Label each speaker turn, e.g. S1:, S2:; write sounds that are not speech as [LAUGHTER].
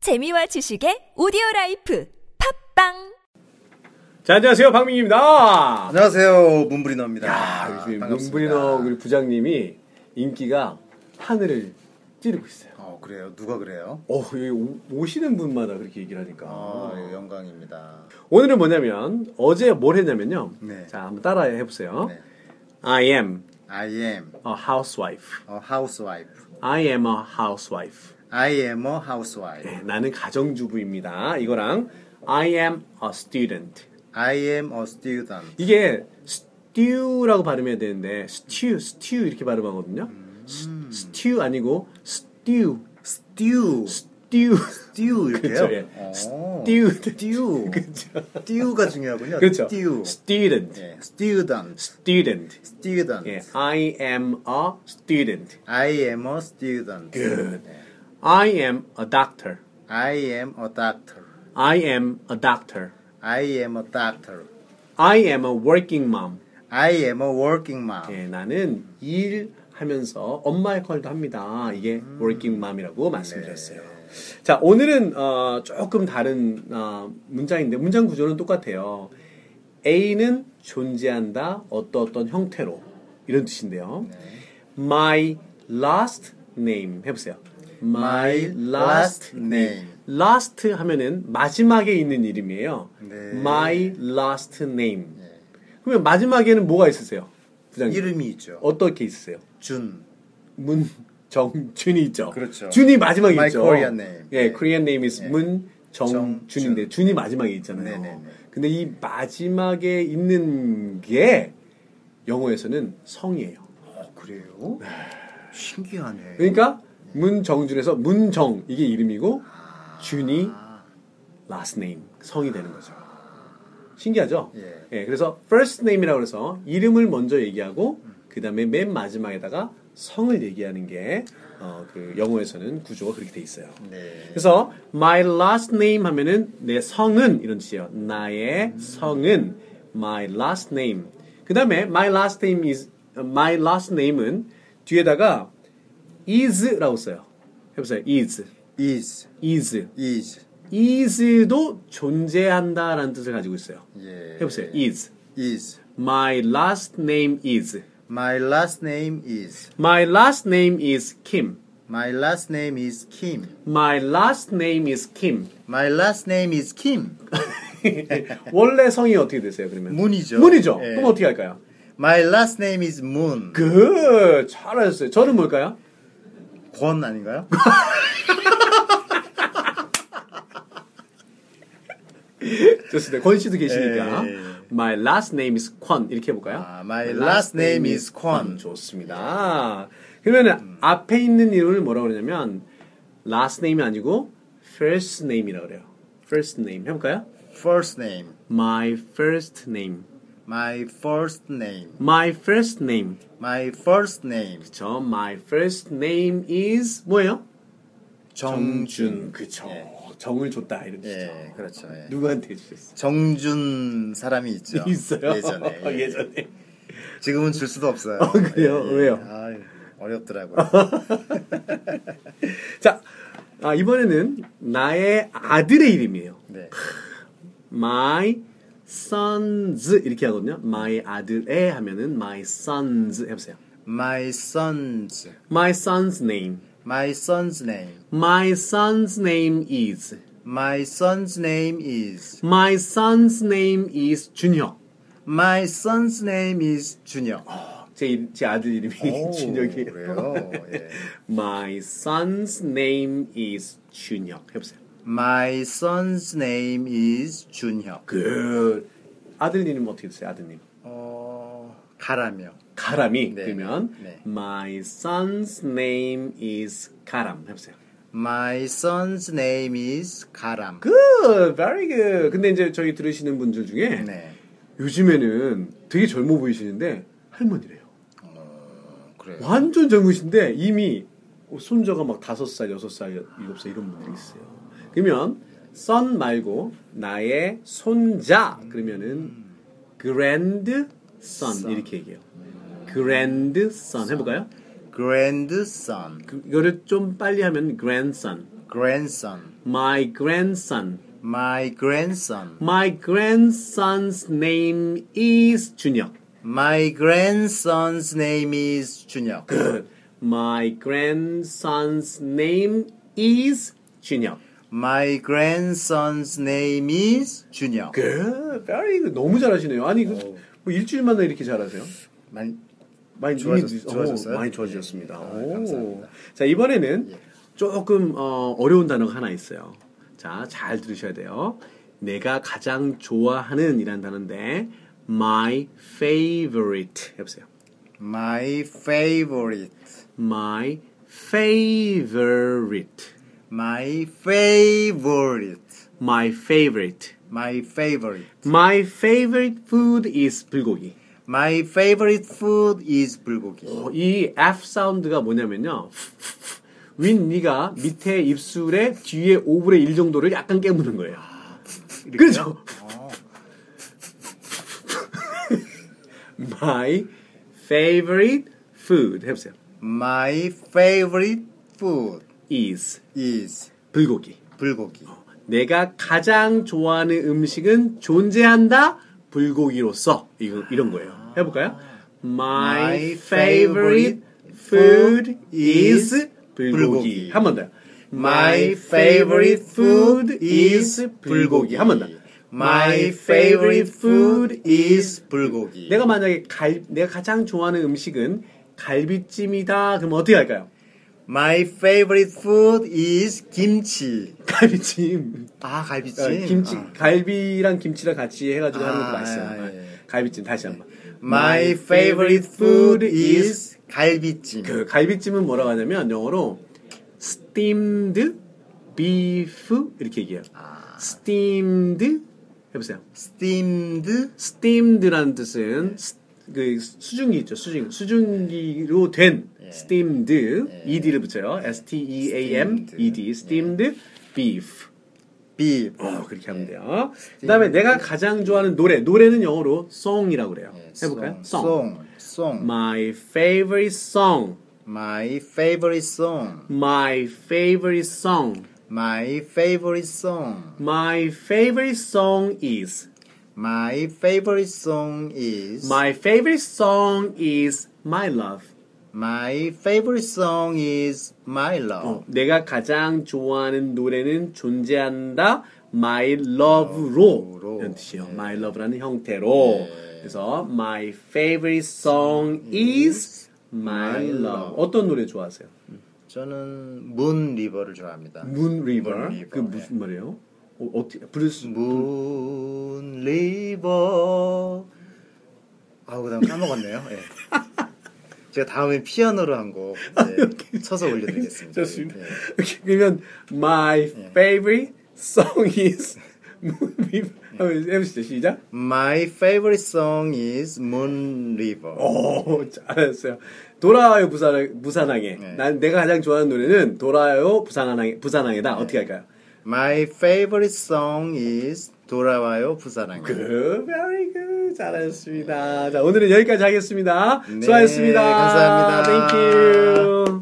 S1: 재미와 지식의 오디오 라이프 팝빵
S2: 자, 안녕하세요. 박민기입니다.
S3: 안녕하세요 문브리너입니다.
S2: 아, 요즘
S3: 반갑습니다.
S2: 문부인어 우리 부장님이 인기가 하늘을 찌르고 있어요.
S3: 어 그래요 누가 그래요?
S2: 어, 여기 오- 오시는 분마다 그렇게 얘기를 하니까.
S3: 아 예, 영광입니다.
S2: 어, 오늘은 뭐냐면, 어제 뭘 했냐면요.
S3: 네.
S2: 자, 한번 따라 해보세요.
S3: 네.
S2: I am
S3: I am
S2: a housewife.
S3: a housewife.
S2: I am a housewife.
S3: I am a
S2: 네,
S3: housewife.
S2: 나는 가정주부입니다. 이거랑 I am a student.
S3: I am a student.
S2: 이게 stew라고 발음해야 되는데, stew, stew 이렇게 발음하거든요. 스- stew 아니고 stew.
S3: Stew.
S2: stew.
S3: Stew
S2: 그렇죠.
S3: 이렇게요?
S2: 예.
S3: 어.
S2: student.
S3: Stew. Stew가 중요하군요.
S2: 그렇죠.
S3: Stew.
S2: student.
S3: 예. Student.
S2: student.
S3: Student.
S2: 예. I am a student.
S3: I am a student.
S2: Good. I am a doctor.
S3: I am a doctor.
S2: I am a doctor.
S3: I am a doctor.
S2: I am a working mom.
S3: I am a working mom.
S2: 예, 나는 일하면서 엄마 역할도 합니다. 이게 working mom이라고 말씀드렸어요. 자, 오늘은 어, 조금 다른 어, 문장인데 문장 구조는 똑같아요. A는 존재한다 어떤 어떤 형태로 이런 뜻인데요. My last name 해보세요. My last name. Last 하면은 마지막에 있는 이름이에요.
S3: 네.
S2: My last name. 그러면 마지막에는 뭐가 있으세요? 부장님.
S3: 이름이 있죠.
S2: 어떻게 있으세요?
S3: 준.
S2: 문정준이 있죠.
S3: 그렇죠.
S2: 준이 마지막에
S3: My
S2: 있죠.
S3: Korean name.
S2: 예,
S3: 네.
S2: Korean name is 문정준인데
S3: 정준.
S2: 준이 마지막에 있잖아요.
S3: 네네네.
S2: 근데 이 마지막에 있는 게 영어에서는 성이에요.
S3: 어, 그래요?
S2: 네.
S3: 신기하네.
S2: 그러니까 문정준에서 문정 이게 이름이고 준이 last name 성이 되는 거죠. 신기하죠?
S3: 예.
S2: 그래서 first name이라고 해서 이름을 먼저 얘기하고 그다음에 맨 마지막에다가 성을 얘기하는 게 어, 그 영어에서는 구조가 그렇게 돼 있어요.
S3: 네.
S2: 그래서 my last name 하면은 내 성은 이런 뜻이에요. 나의 성은 my last name. 그다음에 my last name is my last name은 뒤에다가 is라고 써요. 해보세요. is
S3: is
S2: is
S3: is
S2: is도 존재한다라는 뜻을 가지고 있어요.
S3: 예.
S2: 해보세요. is
S3: is
S2: my last name is
S3: my last name is
S2: my last name is Kim.
S3: my last name is Kim.
S2: my last name is Kim. [LAUGHS]
S3: My last name is Kim.
S2: 원래 성이 어떻게 되세요? 그러면
S3: 문이죠.
S2: 문이죠.
S3: 예.
S2: 그럼 어떻게 할까요?
S3: My last name is Moon.
S2: 그 잘하셨어요. 저는 뭘까요?
S3: 권 아닌가요?
S2: 좋습니다. 권 씨도 계시니까
S3: 예, 예, 예.
S2: my last name is 권 이렇게 해볼까요?
S3: 아, my last name is 권.
S2: 좋습니다. 그러면 앞에 있는 이름을 뭐라고 그러냐면 last name이 아니고 first name이라고 그래요. first name 해볼까요?
S3: First name.
S2: my first name,
S3: My first name.
S2: my first name.
S3: My first name.
S2: 저 my first name is 뭐예요?
S3: 정준.
S2: 그쵸.
S3: 예.
S2: 정을 줬다 이런 뜻이죠.
S3: 예, 그렇죠. 예.
S2: 누구한테 주셨어요?
S3: 정준 사람이 있죠.
S2: [LAUGHS] 있어요.
S3: 예전에. 예.
S2: [LAUGHS] 예전에.
S3: 지금은 줄 수도 없어요. 예.
S2: 어, 그래요? 왜요?
S3: 아유, 어렵더라고요.
S2: 자, 아, 이번에는 나의 아들의 이름이에요.
S3: 네.
S2: My sons 이렇게 하거든요. My 아들의 하면은 my sons 해보세요.
S3: My son's
S2: My son's name.
S3: My son's name.
S2: My son's name is.
S3: My son's name is
S2: My son's name is 준혁.
S3: My son's name is 준혁.
S2: 제, 이- 제 아들 이름이
S3: 오,
S2: [LAUGHS] 준혁이에요.
S3: 그래요. 예.
S2: [LAUGHS] My son's name is 준혁. 해보세요.
S3: My son's name is 준혁.
S2: 그 Good. 네. 아들 이름 어떻게 되세요? 아드님.
S3: 어, 가라며.
S2: 가람이
S3: 네.
S2: 그러면
S3: 네.
S2: My son's name is 가람. 해보세요.
S3: My son's name is 가람.
S2: 그 Good, very good. 근데 이제 저희 들으시는 분들 중에
S3: 네.
S2: 요즘에는 되게 젊어 보이시는데 할머니래요.
S3: 그래요.
S2: 완전 젊으신데 이미 손자가 막 다섯 살, 여섯 살, 일곱 살 이런 분들이 있어요. 그러면 son 말고 나의 손자 그러면은
S3: 음.
S2: grand son 이렇게 얘기해요. grand son 해볼까요?
S3: Grandson.
S2: 그- 이거를 좀 빨리 하면 grandson.
S3: grandson.
S2: My grandson.
S3: My grandson.
S2: My grandson's name is 준혁. [LAUGHS]
S3: My grandson's name is 준혁.
S2: 그 My grandson's name is 준혁.
S3: My grandson's name is 준혁.
S2: Good. Very good. 너무 잘하시네요. 아니 그, 뭐 일주일 만에 이렇게 잘하세요?
S3: 많이
S2: 많이
S3: 좋아졌-
S2: 눈이-
S3: 좋아졌어요?
S2: 오, 많이 좋아지셨습니다.
S3: 네,
S2: 오.
S3: 감사합니다. 예.
S2: 자 이번에는 조금 어, 어려운 단어가 하나 있어요. 자 잘 들으셔야 돼요. 내가 가장 좋아하는이란 단어인데 my favorite 해보세요.
S3: My favorite.
S2: My favorite.
S3: My favorite.
S2: My favorite.
S3: My favorite.
S2: My favorite food is 불고기.
S3: My favorite food is 불고기.
S2: 어, 이 F 사운드가 뭐냐면요. 윗니가 밑에 입술의 뒤에 5분의 1 정도를 약간 깨무는 거예요. 그렇죠? [LAUGHS] My favorite food 해보세요.
S3: My favorite food
S2: is
S3: is
S2: 불고기.
S3: 불고기.
S2: 내가 가장 좋아하는 음식은 존재한다 불고기로서 이거, 이런 거예요.
S3: 아.
S2: 해볼까요? My favorite food is 불고기. 한 번 더요.
S3: My favorite food is 불고기.
S2: 한 번 더.
S3: My favorite food is 불고기.
S2: 내가 만약에 갈 내가 가장 좋아하는 음식은 갈비찜이다. 그럼 어떻게 할까요? [LAUGHS]
S3: My favorite food is 김치.
S2: 갈비찜.
S3: 아 갈비찜.
S2: 어, 김치
S3: 아.
S2: 갈비랑 김치랑 같이 해가지고 하는 것도
S3: 아,
S2: 맛있어요.
S3: 아, 예.
S2: 갈비찜 다시 한번.
S3: My favorite food is 갈비찜.
S2: 그 갈비찜은 뭐라고 하냐면 영어로 steamed beef 이렇게 얘기해요.
S3: 아.
S2: steamed 해보세요.
S3: Steamed
S2: steamed라는 뜻은
S3: 예.
S2: 스- 그 수증기 있죠. 수증 수증기로 된
S3: 예.
S2: steamed ed를 붙여요. s t e a m e d
S3: 예.
S2: steamed beef.
S3: beef.
S2: 어, 그렇게 하면 돼요. 그다음에 내가 가장 좋아하는 노래 노래는 영어로 song이라고 그래요. 해볼까요? 네, song.
S3: Song. Song.
S2: My favorite song.
S3: My favorite song.
S2: My favorite song.
S3: My favorite song.
S2: My favorite song is.
S3: My favorite song is
S2: My favorite song is My Love.
S3: My favorite song is My Love.
S2: 내가 가장 좋아하는 노래는 존재한다. My Love로 네.
S3: 로.
S2: 이런 뜻이에요. My Love라는 형태로. 그래서 My favorite song is My
S3: My
S2: Love.
S3: Love.
S2: 어떤 노래 좋아하세요?
S3: 저는 Moon River를 좋아합니다.
S2: Moon River.
S3: Moon River, 예.
S2: 그 무슨 말이에요? 어, 어떻게 브루스
S3: Moon River. 아우 그다음 까먹었네요. 예. 제가 다음에 피아노로 한곡 네, 쳐서 올려드리겠습니다.
S2: 좋습니다.
S3: 예.
S2: [LAUGHS] 그러면 my favorite song is [LAUGHS] Moon River. 한번 해보시죠. 시작.
S3: My favorite song is Moon River.
S2: 어. 오, 잘했어요. 돌아와요 부산 부산항에.
S3: 예.
S2: 난 내가 가장 좋아하는 노래는 돌아와요 부산항에
S3: 예.
S2: 부산항에다. 어떻게 할까요?
S3: My favorite song is 돌아와요 부산항.
S2: 그 very good. 잘했습니다. 자 오늘은 여기까지 하겠습니다.
S3: 예. 네,
S2: 수고하셨습니다.
S3: 감사합니다.
S2: Thank you.